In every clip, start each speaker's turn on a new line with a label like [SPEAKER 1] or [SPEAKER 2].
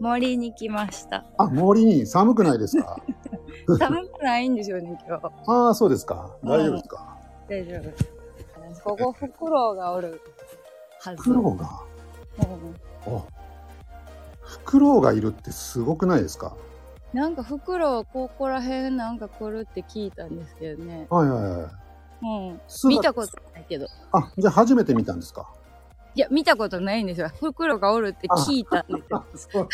[SPEAKER 1] 森に来ま した。
[SPEAKER 2] あ、森に寒くないです か
[SPEAKER 1] 寒くないんですよね、今日。
[SPEAKER 2] ああ、そうですか。大丈夫ですか。
[SPEAKER 1] 大丈夫です。ここ、フクロウがおるはず。
[SPEAKER 2] フクロウが。
[SPEAKER 1] うん
[SPEAKER 2] おフクロウがいるってすごくないですか
[SPEAKER 1] なんかフクロウ、ここら辺なんか来るって聞いたんですけどね。
[SPEAKER 2] はいはいはい。
[SPEAKER 1] うん。
[SPEAKER 2] 姿
[SPEAKER 1] 見たことないけど。
[SPEAKER 2] あ、じゃあ初めて見たんですか
[SPEAKER 1] いや、見たことないんですよ。フクロウがおるって聞いたんですよ。
[SPEAKER 2] そう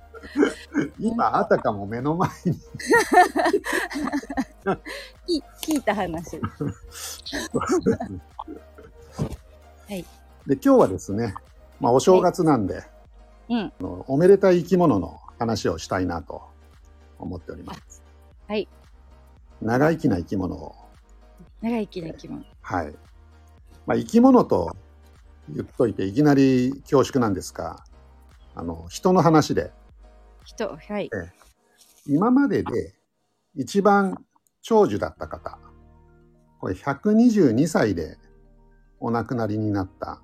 [SPEAKER 2] 今、あたかも目の前に。
[SPEAKER 1] 聞聞いた話。い
[SPEAKER 2] で、今日はですね、まあ、お正月なんで、
[SPEAKER 1] うん。
[SPEAKER 2] あのおめでたい生き物の話をしたいなと思っております。
[SPEAKER 1] はい。
[SPEAKER 2] 長生きな生き物を。
[SPEAKER 1] 長生きな生き物。
[SPEAKER 2] はい。まあ、生き物と言っといて、いきなり恐縮なんですが、あの、人の話で、
[SPEAKER 1] 人、はい。
[SPEAKER 2] 今までで一番長寿だった方、これ122歳でお亡くなりになった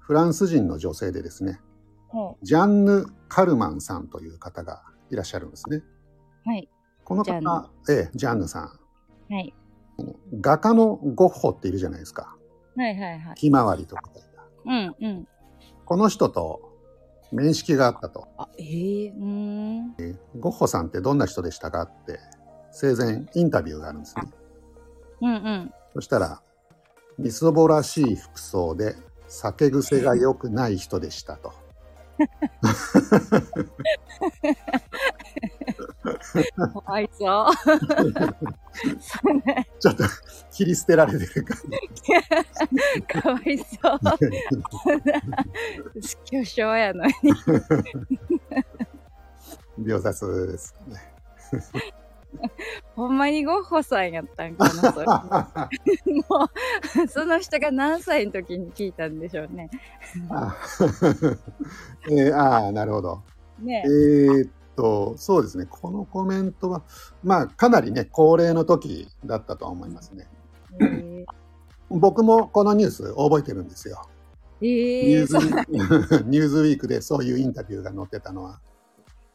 [SPEAKER 2] フランス人の女性でですね、
[SPEAKER 1] は
[SPEAKER 2] ジャンヌ・カルマンさんという方がいらっしゃるんですね。
[SPEAKER 1] はい。
[SPEAKER 2] この
[SPEAKER 1] ジャン
[SPEAKER 2] 方、ええ、ジャンヌさん。
[SPEAKER 1] はい。
[SPEAKER 2] 画家のゴッホっているじゃないですか。
[SPEAKER 1] はいはいはい。
[SPEAKER 2] ひまわりとか。
[SPEAKER 1] うんうん。
[SPEAKER 2] この人と面識があったと。
[SPEAKER 1] あ、えー、うーん。
[SPEAKER 2] ゴッホさんってどんな人でしたかって生前インタビューがあるんですね。
[SPEAKER 1] うんうん。
[SPEAKER 2] そしたら、みそぼらしい服装で酒癖が良くない人でしたと。
[SPEAKER 1] かわいそう。
[SPEAKER 2] ちょっと切り捨てられてる感
[SPEAKER 1] かわいそ う。
[SPEAKER 2] じ。
[SPEAKER 1] 巨匠やのに。
[SPEAKER 2] 秒 殺ですね。
[SPEAKER 1] ほんまにゴッホさんやったんかな、それ。も
[SPEAKER 2] あ
[SPEAKER 1] う、その人が何歳の時に聞いたんでしょうね。
[SPEAKER 2] えーあー、なるほど。
[SPEAKER 1] ね
[SPEAKER 2] えーっと、そうですね。このコメントは、まあ、かなりね、高齢の時だったとは思いますね。
[SPEAKER 1] えー。
[SPEAKER 2] 僕もこのニュース覚えてるんですよ。
[SPEAKER 1] え
[SPEAKER 2] ニュ
[SPEAKER 1] ー、
[SPEAKER 2] ーズ
[SPEAKER 1] そう。
[SPEAKER 2] ニューズウィークでそういうインタビューが載ってたのは。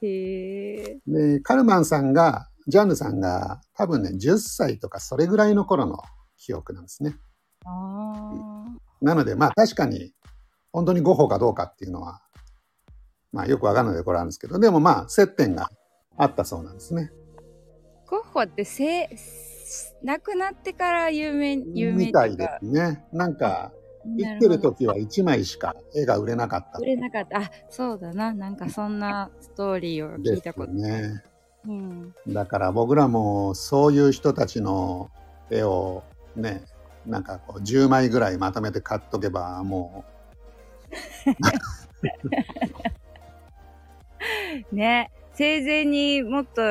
[SPEAKER 1] へえ
[SPEAKER 2] で、カルマンさんが、ジャンヌさんが多分ね、10歳とかそれぐらいの頃の記憶なんですね。
[SPEAKER 1] あ
[SPEAKER 2] なので、まあ確かに、本当にゴッホかどうかっていうのは、まあよくわかんないところあるんですけど、でもまあ接点があったそうなんですね。
[SPEAKER 1] ーゴッホってせ亡くなってから有名有名
[SPEAKER 2] みたいですね。なんか、生きてる時は1枚しか絵が売れなかった
[SPEAKER 1] 売。れなかったあそうだななんかそんなストーリーを聞い
[SPEAKER 2] で
[SPEAKER 1] た
[SPEAKER 2] す
[SPEAKER 1] こと、
[SPEAKER 2] ね。
[SPEAKER 1] うん、
[SPEAKER 2] だから僕らもそういう人たちの絵をね、なんかこう10枚ぐらいまとめて買っとけばも
[SPEAKER 1] ね生前にもっと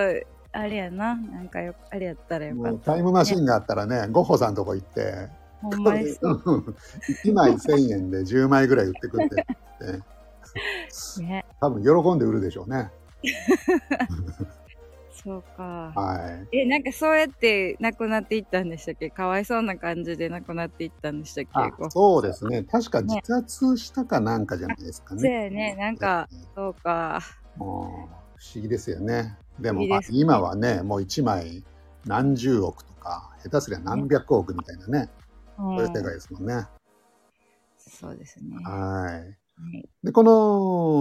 [SPEAKER 1] あれやななんかよあれやったら
[SPEAKER 2] う
[SPEAKER 1] よか
[SPEAKER 2] も
[SPEAKER 1] っ
[SPEAKER 2] う
[SPEAKER 1] た
[SPEAKER 2] タイムマシンがあったらねゴッホさんとこ行って
[SPEAKER 1] ほんまにそ
[SPEAKER 2] 1枚1000円で10枚ぐらい売ってく れてって
[SPEAKER 1] うね
[SPEAKER 2] 多分喜んで売るでしょうね。
[SPEAKER 1] そうか
[SPEAKER 2] は
[SPEAKER 1] えなんかそうやって亡くなっていったんでしたっけかわいそうな感じで亡くなっていったんでしたっけ
[SPEAKER 2] い、
[SPEAKER 1] こ
[SPEAKER 2] あそうですね確か自殺したかなんかじゃないですかね。
[SPEAKER 1] そうやねなんかそうか
[SPEAKER 2] もう不思議ですよね。でも、
[SPEAKER 1] 不思議
[SPEAKER 2] まあ
[SPEAKER 1] ですね
[SPEAKER 2] 今はね、もう1枚何十億とか、下手すりゃ何百億みたいなね、
[SPEAKER 1] う
[SPEAKER 2] そういう世界
[SPEAKER 1] ん、
[SPEAKER 2] ですもんね。
[SPEAKER 1] そうですねは
[SPEAKER 2] はい。
[SPEAKER 1] い、
[SPEAKER 2] で、こ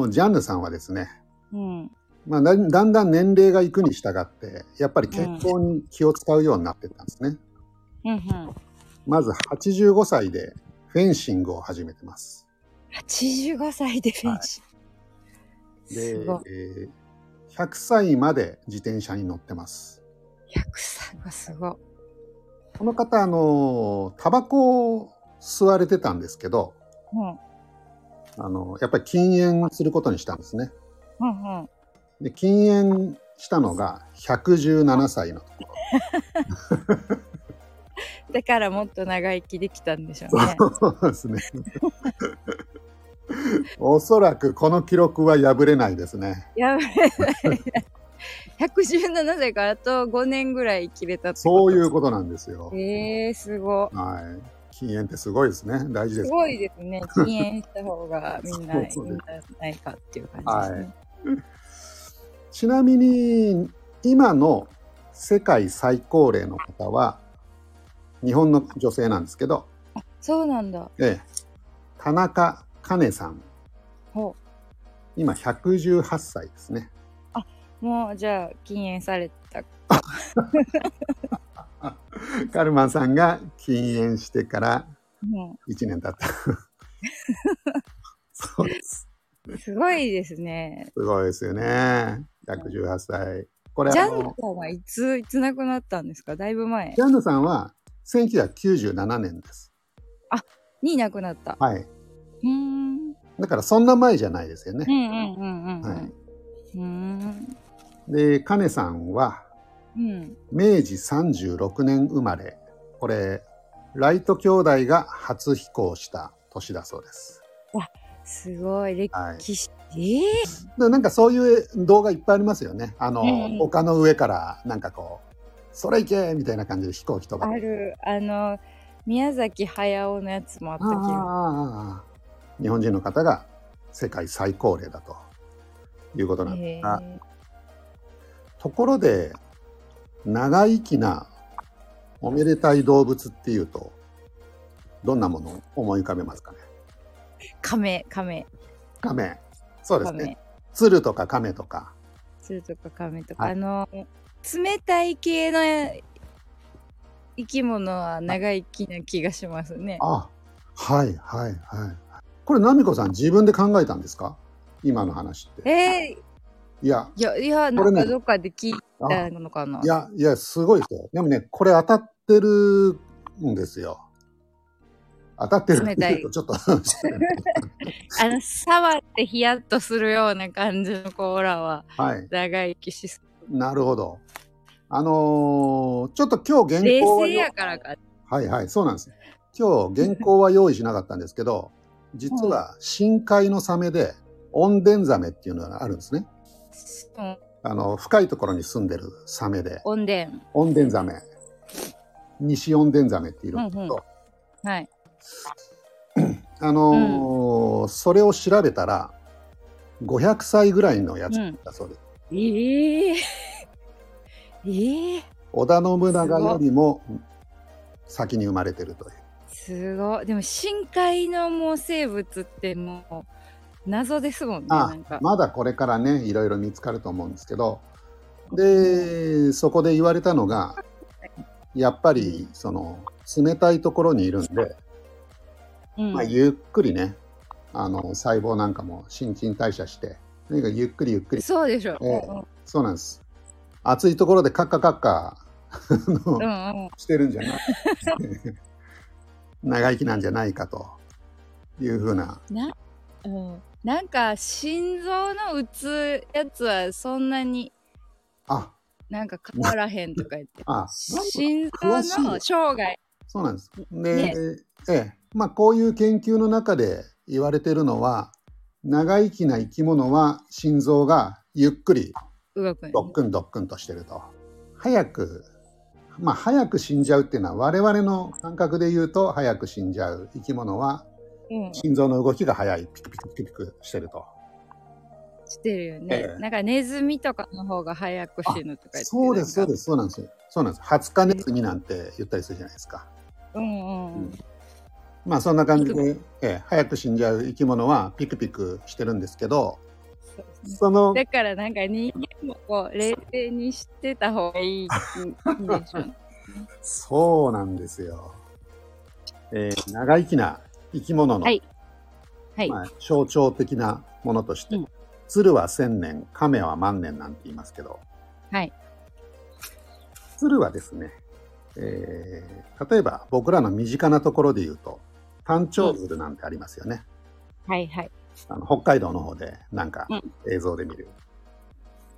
[SPEAKER 2] のジャンヌさんはですね、
[SPEAKER 1] うん、
[SPEAKER 2] まあ、だだんだん年齢がいくに従って、やっぱり健康に気を使うようになってったんですね。
[SPEAKER 1] うんうん
[SPEAKER 2] まず85歳でフェンシングを始めてます。
[SPEAKER 1] 85歳でフェンシング
[SPEAKER 2] で、え
[SPEAKER 1] すごい
[SPEAKER 2] ー100歳まで自転車に乗ってます。
[SPEAKER 1] 100歳がすごい
[SPEAKER 2] この方、あの、タバコを吸われてたんですけど、
[SPEAKER 1] うん
[SPEAKER 2] あの、やっぱり禁煙することにしたんですね。
[SPEAKER 1] うんうん
[SPEAKER 2] で、禁煙したのが117歳の。
[SPEAKER 1] だからもっと長生きできたんでしょうね
[SPEAKER 2] そうですね。 おそらくこの記録は破れないですね。
[SPEAKER 1] やばい。117歳からあと5年ぐらい生きれたって
[SPEAKER 2] そういううことなんですよ。
[SPEAKER 1] えー、すご
[SPEAKER 2] はい。禁煙ってすごいですね。大事
[SPEAKER 1] い。
[SPEAKER 2] ですす。
[SPEAKER 1] ごいですね。禁煙した方がみんな
[SPEAKER 2] そう
[SPEAKER 1] いい
[SPEAKER 2] そうんです
[SPEAKER 1] じゃないかっていう感じですね。
[SPEAKER 2] ちなみに今の世界最高齢の方は日本の女性なんですけど、
[SPEAKER 1] そうなんだ。
[SPEAKER 2] ええ、田中カネさん
[SPEAKER 1] ほ
[SPEAKER 2] 今118歳ですね
[SPEAKER 1] う。もう、じゃあ、禁煙された。
[SPEAKER 2] カルマンさんが禁煙してから
[SPEAKER 1] も
[SPEAKER 2] 1年経った そうです
[SPEAKER 1] う、すごいですね。
[SPEAKER 2] すごいですよね118歳これ
[SPEAKER 1] ジャ
[SPEAKER 2] あ
[SPEAKER 1] ン
[SPEAKER 2] の
[SPEAKER 1] ヌさんはいつ、いつ亡くなったんですかだいぶ前
[SPEAKER 2] ジャンヌさんは1997年です
[SPEAKER 1] に亡くなった。
[SPEAKER 2] はいう
[SPEAKER 1] ーん。
[SPEAKER 2] だからそんな前じゃないですよ
[SPEAKER 1] う
[SPEAKER 2] ね、
[SPEAKER 1] んうんうんうんうん。
[SPEAKER 2] はいう
[SPEAKER 1] ーん。
[SPEAKER 2] でカネさんは
[SPEAKER 1] うん。
[SPEAKER 2] 明治36年生まれこれライト兄弟が初飛行した年だそうです、
[SPEAKER 1] すごい、
[SPEAKER 2] はい、
[SPEAKER 1] 歴史。ええ
[SPEAKER 2] でなんかそういう動画いっぱいありますよね。あの、
[SPEAKER 1] ええ
[SPEAKER 2] 丘の上からなんかこう、それ行けみたいな感じで飛行機飛ば
[SPEAKER 1] ある、あの、宮崎駿のやつもあった
[SPEAKER 2] あ
[SPEAKER 1] け
[SPEAKER 2] あ
[SPEAKER 1] ど。
[SPEAKER 2] ああああ日本人の方が世界最高齢だということなん
[SPEAKER 1] へ
[SPEAKER 2] で
[SPEAKER 1] え
[SPEAKER 2] すが、ところで、長生きなおめでたい動物っていうと、どんなものを思い浮かべますかね。
[SPEAKER 1] 亀、亀、
[SPEAKER 2] カメ。そうですね
[SPEAKER 1] 亀。。
[SPEAKER 2] 鶴とかカメとか。
[SPEAKER 1] 鶴とか亀とか、
[SPEAKER 2] はい
[SPEAKER 1] あの、冷たい系の生き物は長生きな気がしますね。
[SPEAKER 2] あ、はいはいはい。これ、ナミコさん、自分で考えたんですか今の話って。
[SPEAKER 1] えー、
[SPEAKER 2] いや、
[SPEAKER 1] いや、いや、
[SPEAKER 2] こ
[SPEAKER 1] な
[SPEAKER 2] れ
[SPEAKER 1] ん
[SPEAKER 2] ね
[SPEAKER 1] かどっかで聞い
[SPEAKER 2] あ。
[SPEAKER 1] たのかない
[SPEAKER 2] や、いや、すごいですよ。でもね、これ当たってるんですよ。当たってるって言うとちょっ と失礼な、
[SPEAKER 1] あの、触ってヒヤッとするような感じのコーラは
[SPEAKER 2] はい。
[SPEAKER 1] 長生きしそう。
[SPEAKER 2] なるほど。あのーちょっと今日原
[SPEAKER 1] 冷
[SPEAKER 2] 稿は
[SPEAKER 1] 静やからか。
[SPEAKER 2] はいはい、そうなんです。今日原稿は用意しなかったんですけど、実は深海のサメで、温電ザメっていうのがあるんですね。
[SPEAKER 1] うん
[SPEAKER 2] あの、深いところに住んでるサメで。
[SPEAKER 1] おんでん。
[SPEAKER 2] オンデンザメ西オンデンザメっているんですけ
[SPEAKER 1] うんう
[SPEAKER 2] ど、
[SPEAKER 1] んはい。
[SPEAKER 2] あのーそれを調べたら500歳ぐらいのやつだそうです、
[SPEAKER 1] ええー。ええー。
[SPEAKER 2] 織田信長よりも先に生まれてるという
[SPEAKER 1] すごい。でも深海のもう生物ってもう謎ですもんね。
[SPEAKER 2] あ
[SPEAKER 1] なんか。
[SPEAKER 2] まだこれからねいろいろ見つかると思うんですけどでそこで言われたのがやっぱりその冷たいところにいるんで、
[SPEAKER 1] うん
[SPEAKER 2] まあ、ゆっくりねあの細胞なんかも新陳代謝してとにかくゆっくりゆっくり
[SPEAKER 1] そうでしょ。
[SPEAKER 2] ええそうなんです。暑いところでカッカカッカあの
[SPEAKER 1] うんうんうん。
[SPEAKER 2] してるんじゃ ない長生きなんじゃないかというふうな。
[SPEAKER 1] な、うん。なんか心臓の打つやつはそんなに
[SPEAKER 2] あ、
[SPEAKER 1] なんか変わらへんとか言って。
[SPEAKER 2] あ、
[SPEAKER 1] 心
[SPEAKER 2] 詳しい
[SPEAKER 1] 臓の生涯。
[SPEAKER 2] そうなんです。で、
[SPEAKER 1] ね
[SPEAKER 2] ええ、まあこういう研究の中で言われてるのは、長生きな生き物は心臓がゆっくり
[SPEAKER 1] 動くん
[SPEAKER 2] ドックンドックンとしてると。早く、まあ早く死んじゃうっていうのは我々の感覚で言うと早く死んじゃう生き物は
[SPEAKER 1] うん。
[SPEAKER 2] 心臓の動きが速い、ピクピクピクピクしてると。
[SPEAKER 1] してるよね
[SPEAKER 2] え。え
[SPEAKER 1] なんかネズミとかの方が早く死ぬとか言って。
[SPEAKER 2] そうです、そう
[SPEAKER 1] す。
[SPEAKER 2] です、そうなんですよ。そうなんです。20日熱になんて言ったりするじゃないですか。
[SPEAKER 1] うんうんうん。
[SPEAKER 2] まあそんな感じで、ええ、早く死んじゃう生き物はピクピクしてるんですけど、
[SPEAKER 1] そうですね
[SPEAKER 2] その、
[SPEAKER 1] だからなんか人間もこう冷静にしてた方がいいいいでしょ。
[SPEAKER 2] そうなんですよ。ええ、長生きな生き物の、
[SPEAKER 1] はいはい。
[SPEAKER 2] まあ、象徴的なものとして、
[SPEAKER 1] うん
[SPEAKER 2] 鶴は千年、亀は万年なんて言いますけど、
[SPEAKER 1] はい。
[SPEAKER 2] 鶴はですね、えー例えば僕らの身近なところで言うと、単調鶴なんてありますよね。
[SPEAKER 1] はいはい。
[SPEAKER 2] あの北海道の方でなんか
[SPEAKER 1] うん
[SPEAKER 2] 映像で見る。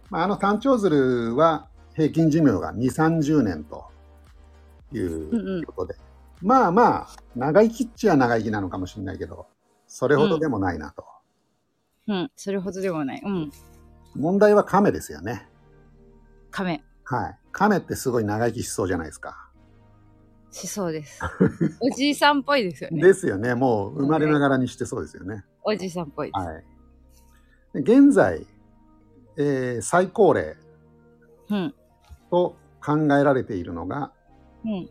[SPEAKER 2] まあ、あの単調鶴は平均寿命が2、30年とい
[SPEAKER 1] うんうん
[SPEAKER 2] うことで、まあまあ、長生きっちゃ長生きなのかもしれないけど、それほどでもないなと。
[SPEAKER 1] うん。それほどでもない。うん。
[SPEAKER 2] 問題は亀ですよね。
[SPEAKER 1] 亀。
[SPEAKER 2] はい。亀ってすごい長生きしそうじゃないですか。
[SPEAKER 1] しそう です。おじいさんっぽいですよね。
[SPEAKER 2] ですよね。もう生まれながらにしてそうですよね。
[SPEAKER 1] おじいさんっぽいです。
[SPEAKER 2] はい。で現在、えー最高齢
[SPEAKER 1] うん。
[SPEAKER 2] と考えられているのが、
[SPEAKER 1] うん。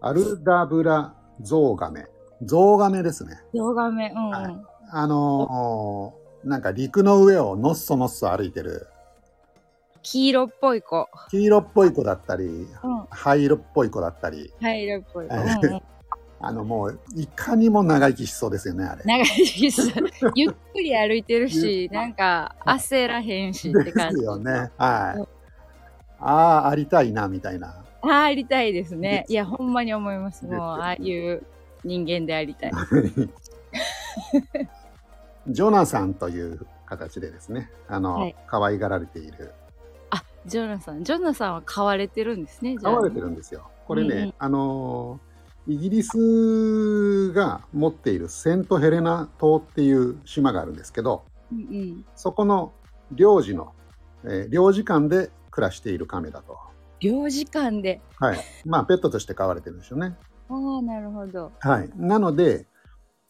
[SPEAKER 2] アルダブラゾウガメ。ゾウガメですね。
[SPEAKER 1] 動画目。うんうん。
[SPEAKER 2] はいあのーなんか陸の上をのっそのっそ歩いてる、
[SPEAKER 1] 黄色っぽい子。
[SPEAKER 2] 黄色っぽい子だったり、
[SPEAKER 1] うん。
[SPEAKER 2] 灰色っぽい子だったり、
[SPEAKER 1] 灰色っぽい子。う
[SPEAKER 2] は
[SPEAKER 1] ん
[SPEAKER 2] い
[SPEAKER 1] うん、
[SPEAKER 2] あのもう、いかにも長生きしそうですよね、あれ。
[SPEAKER 1] 長いし さ、ゆっくり歩いてるし、なんか焦らへんしって
[SPEAKER 2] で
[SPEAKER 1] 感
[SPEAKER 2] す
[SPEAKER 1] じ。
[SPEAKER 2] よ
[SPEAKER 1] あ
[SPEAKER 2] ね。は
[SPEAKER 1] う
[SPEAKER 2] い。ああ、ありたいな、みたいな。
[SPEAKER 1] あ、ありたいですね。いや、ほんまに思います。
[SPEAKER 2] です
[SPEAKER 1] もう、ああいう人間であり たい。
[SPEAKER 2] ジョナサンという形でですね、あの、
[SPEAKER 1] はい
[SPEAKER 2] 可愛がられている。
[SPEAKER 1] あ、ジョナサン。ジョナサンは買われてるんですね。じゃ
[SPEAKER 2] 飼
[SPEAKER 1] あ
[SPEAKER 2] われてるんですよ。これね、
[SPEAKER 1] うんうん
[SPEAKER 2] あのーイギリスが持っているセントヘレナ島っていう島があるんですけど、
[SPEAKER 1] うんうん。
[SPEAKER 2] そこの領事の、えー領事館で暮らしている亀だと。
[SPEAKER 1] 領事館で。
[SPEAKER 2] はい。まあ、ペットとして飼われてるんでしょうね。
[SPEAKER 1] ああ、なるほど。
[SPEAKER 2] はい。なので、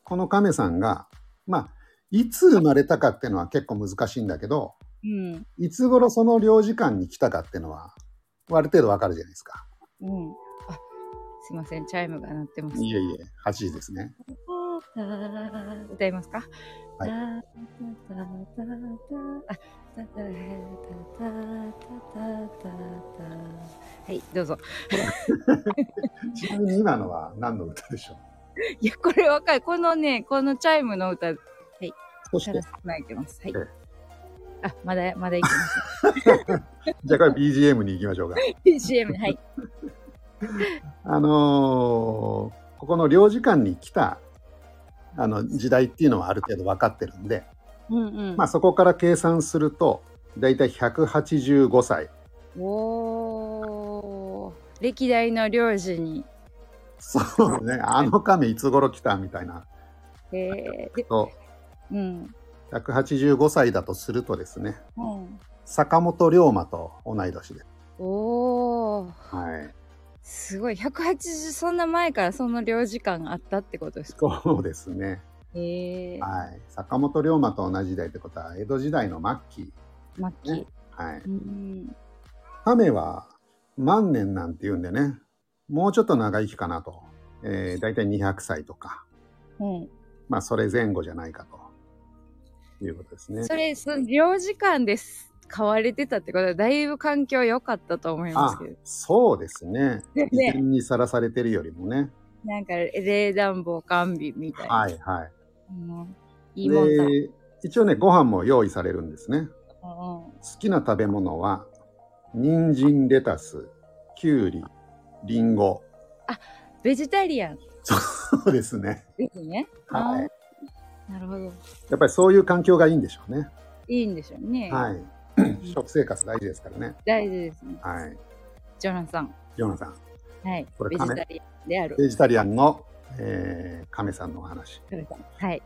[SPEAKER 2] この亀さんが、まあ、いつ生まれたかっていうのは結構難しいんだけど、
[SPEAKER 1] うん。
[SPEAKER 2] いつ頃その領事館に来たかっていうのは、ある程度わかるじゃないですか。
[SPEAKER 1] うん。あ、すいません。チャイムが鳴ってます。
[SPEAKER 2] いえいえ、8時ですね。
[SPEAKER 1] 歌いますか。
[SPEAKER 2] はい
[SPEAKER 1] あはい、どうぞ。
[SPEAKER 2] ちなみに今のは何の歌でしょう
[SPEAKER 1] いや、これ若い、このね、このチャイムの歌、
[SPEAKER 2] そし
[SPEAKER 1] さ
[SPEAKER 2] て
[SPEAKER 1] ら、さないてます。はい
[SPEAKER 2] ええ。
[SPEAKER 1] あ、まだ、まだいきます。
[SPEAKER 2] じゃあこれ BGM に行きましょうか。
[SPEAKER 1] CM、はい。
[SPEAKER 2] あのーここの領事館に来た、あの、時代っていうのはある程度分かってるんで、
[SPEAKER 1] うんうん。
[SPEAKER 2] まあそこから計算すると、だいたい185歳。
[SPEAKER 1] おー、歴代の領事に。
[SPEAKER 2] そうね、あの亀いつ頃来たみたいな。
[SPEAKER 1] えー、で、
[SPEAKER 2] と
[SPEAKER 1] うん。
[SPEAKER 2] 185歳だとするとですね、
[SPEAKER 1] うん、
[SPEAKER 2] 坂本龍馬と同い年です。
[SPEAKER 1] おー。
[SPEAKER 2] はい。
[SPEAKER 1] すごい180そんな前からその領事館があったってことですか
[SPEAKER 2] そうですね。
[SPEAKER 1] へえ
[SPEAKER 2] はい。坂本龍馬と同じ時代ってことは、江戸時代の末期。
[SPEAKER 1] 末期、
[SPEAKER 2] はい。
[SPEAKER 1] うん、
[SPEAKER 2] 亀は万年なんて言うんでね、もうちょっと長生きかなと。えー、大体200歳とか、
[SPEAKER 1] うん
[SPEAKER 2] まあそれ前後じゃないかということですね。
[SPEAKER 1] それその領事館です買われてたってことはだいぶ環境良かったと思います
[SPEAKER 2] あ
[SPEAKER 1] けど、
[SPEAKER 2] そうですね。
[SPEAKER 1] ね
[SPEAKER 2] 危険にさらされてるよりもね。
[SPEAKER 1] なんか冷暖房完備みたいな、
[SPEAKER 2] はいはい。
[SPEAKER 1] うんいいもんだ、
[SPEAKER 2] で、一応ね、ご飯も用意されるんですね。
[SPEAKER 1] うんうん
[SPEAKER 2] 好きな食べ物は、人参、レタス、きゅうり、りんご。
[SPEAKER 1] ベジタリアン
[SPEAKER 2] そう ですね。
[SPEAKER 1] ですね
[SPEAKER 2] はい。
[SPEAKER 1] あーなるほど
[SPEAKER 2] やっぱりそういう環境がいいんでしょうね。
[SPEAKER 1] いいんでしょうね、
[SPEAKER 2] はい。 食生活大事ですからね。
[SPEAKER 1] 大事ですね
[SPEAKER 2] はい。
[SPEAKER 1] ジョナサン
[SPEAKER 2] ヨナさん、
[SPEAKER 1] はい
[SPEAKER 2] これ
[SPEAKER 1] ベジ
[SPEAKER 2] 亀
[SPEAKER 1] タリアンである
[SPEAKER 2] ベジタリアンの、えー、亀さんのお話。
[SPEAKER 1] はい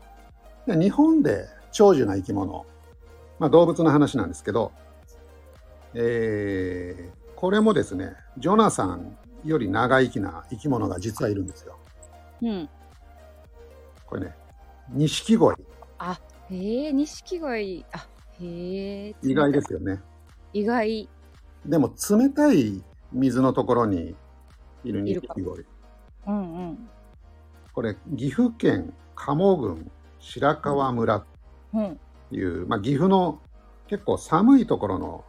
[SPEAKER 2] で日本で長寿な生き物、まあ、動物の話なんですけど、えーこれもですね、ジョナさんより長生きな生き物が実はいるんですよ。
[SPEAKER 1] うん
[SPEAKER 2] これね、錦鯉。
[SPEAKER 1] へえ、錦鯉、あ、へえ。
[SPEAKER 2] 意外ですよね。
[SPEAKER 1] 意外。
[SPEAKER 2] でも冷たい水のところにいる
[SPEAKER 1] いる
[SPEAKER 2] 錦
[SPEAKER 1] か
[SPEAKER 2] 鯉。
[SPEAKER 1] うんうん。
[SPEAKER 2] これ、岐阜県鴨郡白川村
[SPEAKER 1] うん。
[SPEAKER 2] っていう、まあ、岐阜の結構寒いところの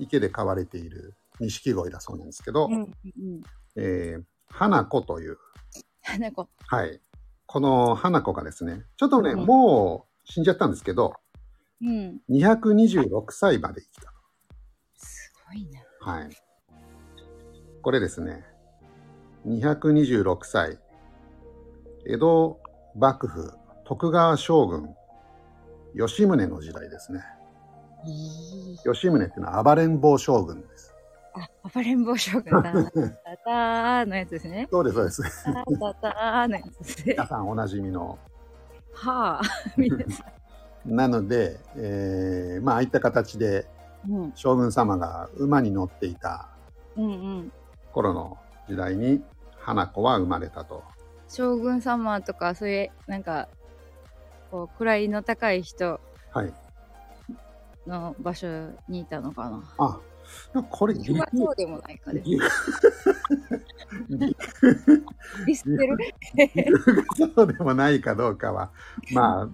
[SPEAKER 2] 池で飼われている錦鯉だそうなんですけど、
[SPEAKER 1] うんうん。
[SPEAKER 2] えー花子という、
[SPEAKER 1] 花子。
[SPEAKER 2] はい、この花子がですねちょっとね、
[SPEAKER 1] うん
[SPEAKER 2] もう死んじゃったんですけど
[SPEAKER 1] うん。
[SPEAKER 2] 226歳まで生き
[SPEAKER 1] すごいな。
[SPEAKER 2] た、はい、これですね226歳江戸幕府徳川将軍吉宗の時代ですね
[SPEAKER 1] いい。
[SPEAKER 2] 吉宗っていうのは暴れん坊将軍です
[SPEAKER 1] あ、暴れん坊将軍だ。たたーのやつですね。
[SPEAKER 2] そうです、そうです。
[SPEAKER 1] たたーのやつですね。
[SPEAKER 2] 皆さんおなじみの。
[SPEAKER 1] はあ。みたいな。
[SPEAKER 2] なので、えーまあ、ああいった形で
[SPEAKER 1] うん。
[SPEAKER 2] 将軍様が馬に乗っていた
[SPEAKER 1] うんうん。
[SPEAKER 2] 頃の時代に花子は生まれたと。
[SPEAKER 1] 将軍様とか、そういう、なんか、こう、位の高い人
[SPEAKER 2] はい。
[SPEAKER 1] の場所にいたの かな。
[SPEAKER 2] あ、でもこれ岐
[SPEAKER 1] 僕は
[SPEAKER 2] 阜
[SPEAKER 1] そうでもないか です。
[SPEAKER 2] 岐阜
[SPEAKER 1] ディスってる。
[SPEAKER 2] そうでもないかどうかは、まあ、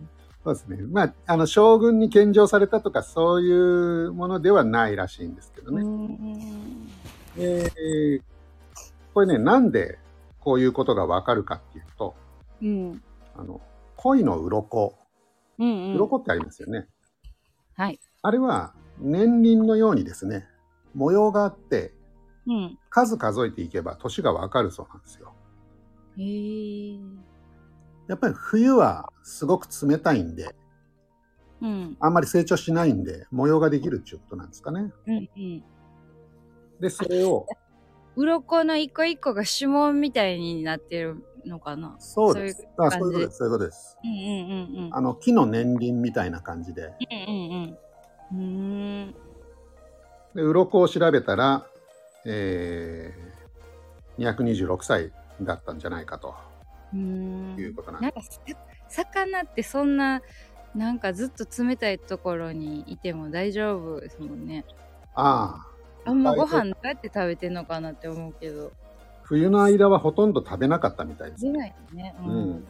[SPEAKER 2] そうですね。まあ、あの、将軍に献上されたとか、そういうものではないらしいんですけど
[SPEAKER 1] う
[SPEAKER 2] ね。
[SPEAKER 1] ん
[SPEAKER 2] えーこれね、なんでこういうことがわかるかっていうと、
[SPEAKER 1] うん。
[SPEAKER 2] あの、鯉の鱗、
[SPEAKER 1] うんうん。
[SPEAKER 2] 鱗ってありますよね。
[SPEAKER 1] はい。
[SPEAKER 2] あれは、年輪のようにですね、模様があって、
[SPEAKER 1] うん。
[SPEAKER 2] 数数えていけば年がわかるそうなんですよ。
[SPEAKER 1] へえ。
[SPEAKER 2] やっぱり冬はすごく冷たいんで、
[SPEAKER 1] うん。
[SPEAKER 2] あんまり成長しないんで、模様ができるっていうことなんですかね。
[SPEAKER 1] うんうん。
[SPEAKER 2] で、それを、
[SPEAKER 1] 鱗の一個一個が指紋みたいになってるのかな。
[SPEAKER 2] そうです。あ
[SPEAKER 1] そ
[SPEAKER 2] そうう
[SPEAKER 1] い
[SPEAKER 2] いううことです。そういうことです。
[SPEAKER 1] うんうんうんうん。
[SPEAKER 2] あの、木の年輪みたいな感じで。
[SPEAKER 1] うんうんうん。うーん。
[SPEAKER 2] で、鱗を調べたら、えー、226歳だったんじゃないかと
[SPEAKER 1] うーん
[SPEAKER 2] いうことなん
[SPEAKER 1] なんか
[SPEAKER 2] で
[SPEAKER 1] さ魚ってそんななんかずっと冷たいところにいても大丈夫ですもんね
[SPEAKER 2] す。ああ、
[SPEAKER 1] あんまご飯どうやって食べてんのかなって思うけど
[SPEAKER 2] 冬の間はほとんど食べなかったみたいです
[SPEAKER 1] 出。ないよねうん、
[SPEAKER 2] うん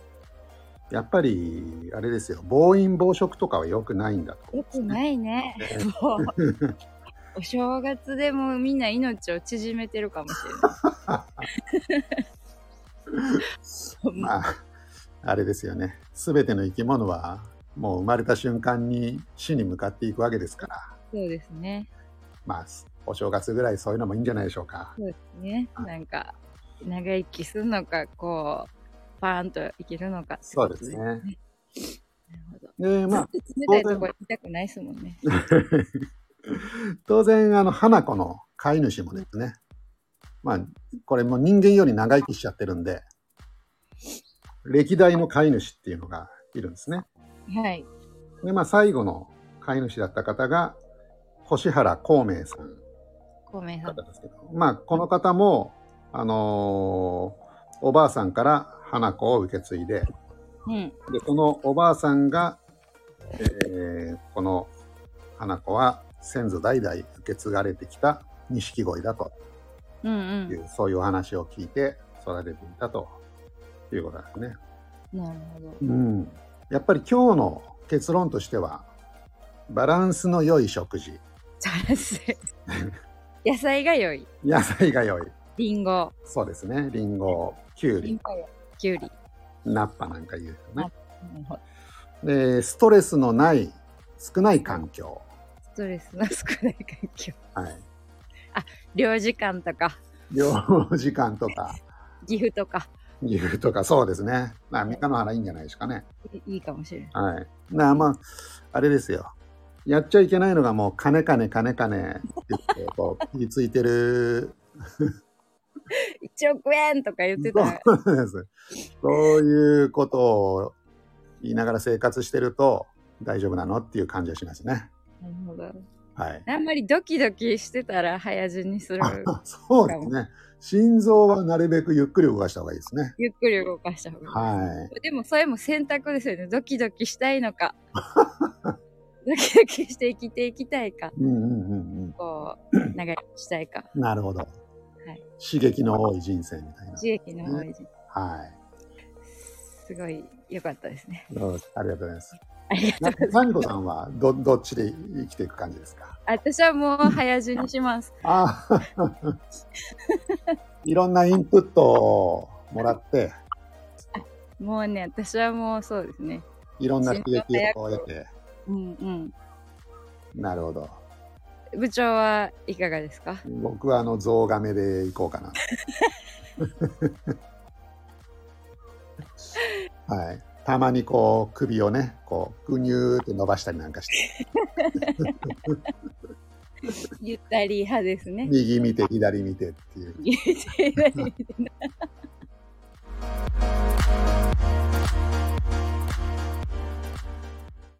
[SPEAKER 2] やっぱり、あれですよ、暴飲暴食とかは良くないんだと。
[SPEAKER 1] よくないねもうお正月でもみんな命を縮めてるかもしれない
[SPEAKER 2] まあ、あれですよね。すべての生き物は、もう生まれた瞬間に死に向かっていくわけですから。
[SPEAKER 1] そうですね
[SPEAKER 2] まあ、お正月ぐらいそういうのもいいんじゃないでしょうか。
[SPEAKER 1] そうですねなんか長生きするのかこうパーンと生きるのかって
[SPEAKER 2] そ
[SPEAKER 1] こ
[SPEAKER 2] う
[SPEAKER 1] と
[SPEAKER 2] です
[SPEAKER 1] なる
[SPEAKER 2] ね。
[SPEAKER 1] ほど
[SPEAKER 2] で、まあ、
[SPEAKER 1] ずっと冷たいとこ行きたくないですもんね。
[SPEAKER 2] 当然、あの、花子の飼い主もですね、まあ、これも人間より長生きしちゃってるんで、歴代の飼い主っていうのがいるんですね。
[SPEAKER 1] はい。
[SPEAKER 2] で、まあ、最後の飼い主だった方が、星原孔明さん
[SPEAKER 1] 孔明さん。
[SPEAKER 2] 方ですけど、まあ、この方も、あのーおばあさんから花子を受け継いで、
[SPEAKER 1] うん。
[SPEAKER 2] で、このおばあさんが、えーこの花子は先祖代々受け継がれてきた錦鯉だと
[SPEAKER 1] うん
[SPEAKER 2] いうう、そういうお話を聞いて育てていたということなんですね。
[SPEAKER 1] ん。なるほど。
[SPEAKER 2] うん。やっぱり今日の結論としては、バランスの良い食事、
[SPEAKER 1] チャラス。 野菜が良い。
[SPEAKER 2] 野菜が良い。
[SPEAKER 1] リンゴ。
[SPEAKER 2] そうですね。リンゴ、きゅう
[SPEAKER 1] リン
[SPEAKER 2] り、
[SPEAKER 1] ゴや。きゅうり。
[SPEAKER 2] ナッパなんか言うよね。
[SPEAKER 1] なるほど
[SPEAKER 2] で、ストレスのない、少ない環境。
[SPEAKER 1] ストレスの少ない環境。
[SPEAKER 2] はい。
[SPEAKER 1] 領事館とか、
[SPEAKER 2] 量時間と か。
[SPEAKER 1] 岐阜とか、
[SPEAKER 2] 岐阜とかそうですね。まあ、三日の原いいんじゃないですかね。
[SPEAKER 1] いいかもしれない。
[SPEAKER 2] はい。なあ、まあ、あれですよ。やっちゃいけないのがもう、金金金金って言って、 こう、切りついてる。
[SPEAKER 1] 1億円とか言ってたら、
[SPEAKER 2] そうです。そういうことを言いながら生活してると、大丈夫なのっていう感じがしますね。
[SPEAKER 1] なるほど。
[SPEAKER 2] はい。
[SPEAKER 1] あんまりドキドキしてたら早死にする。
[SPEAKER 2] あそうですね。心臓はなるべくゆっくり動かした方がいいですね。
[SPEAKER 1] ゆっくり動かした方がいい。
[SPEAKER 2] はい。
[SPEAKER 1] でもそれも選択ですよね。ドキドキしたいの か。ドキドキして生きていきたいか。
[SPEAKER 2] うんうんうん
[SPEAKER 1] こう、長生きしたいか。
[SPEAKER 2] うん。なるほど。
[SPEAKER 1] い
[SPEAKER 2] 刺激の多い人生みたいな。
[SPEAKER 1] 刺激の方がいいです
[SPEAKER 2] はい。
[SPEAKER 1] すごい良かったですね。
[SPEAKER 2] どうぞありがとうござい ます。
[SPEAKER 1] ありがとう。
[SPEAKER 2] ななみこさんはど どっちで生きていく感じですか
[SPEAKER 1] 私はもう早死にします。
[SPEAKER 2] ああ いろんなインプットをもらって
[SPEAKER 1] もうね、私はもうそうですね。
[SPEAKER 2] いろんな刺激を得て
[SPEAKER 1] うんうん。
[SPEAKER 2] なるほど
[SPEAKER 1] 部長はいかがですか
[SPEAKER 2] 僕はあのゾウガメでいこうかなはいたまにこう首をねこうぐにゅーって伸ばしたりなんかして
[SPEAKER 1] ゆったり派ですね。
[SPEAKER 2] 右見て左見てっていう
[SPEAKER 1] ゆったり派ですね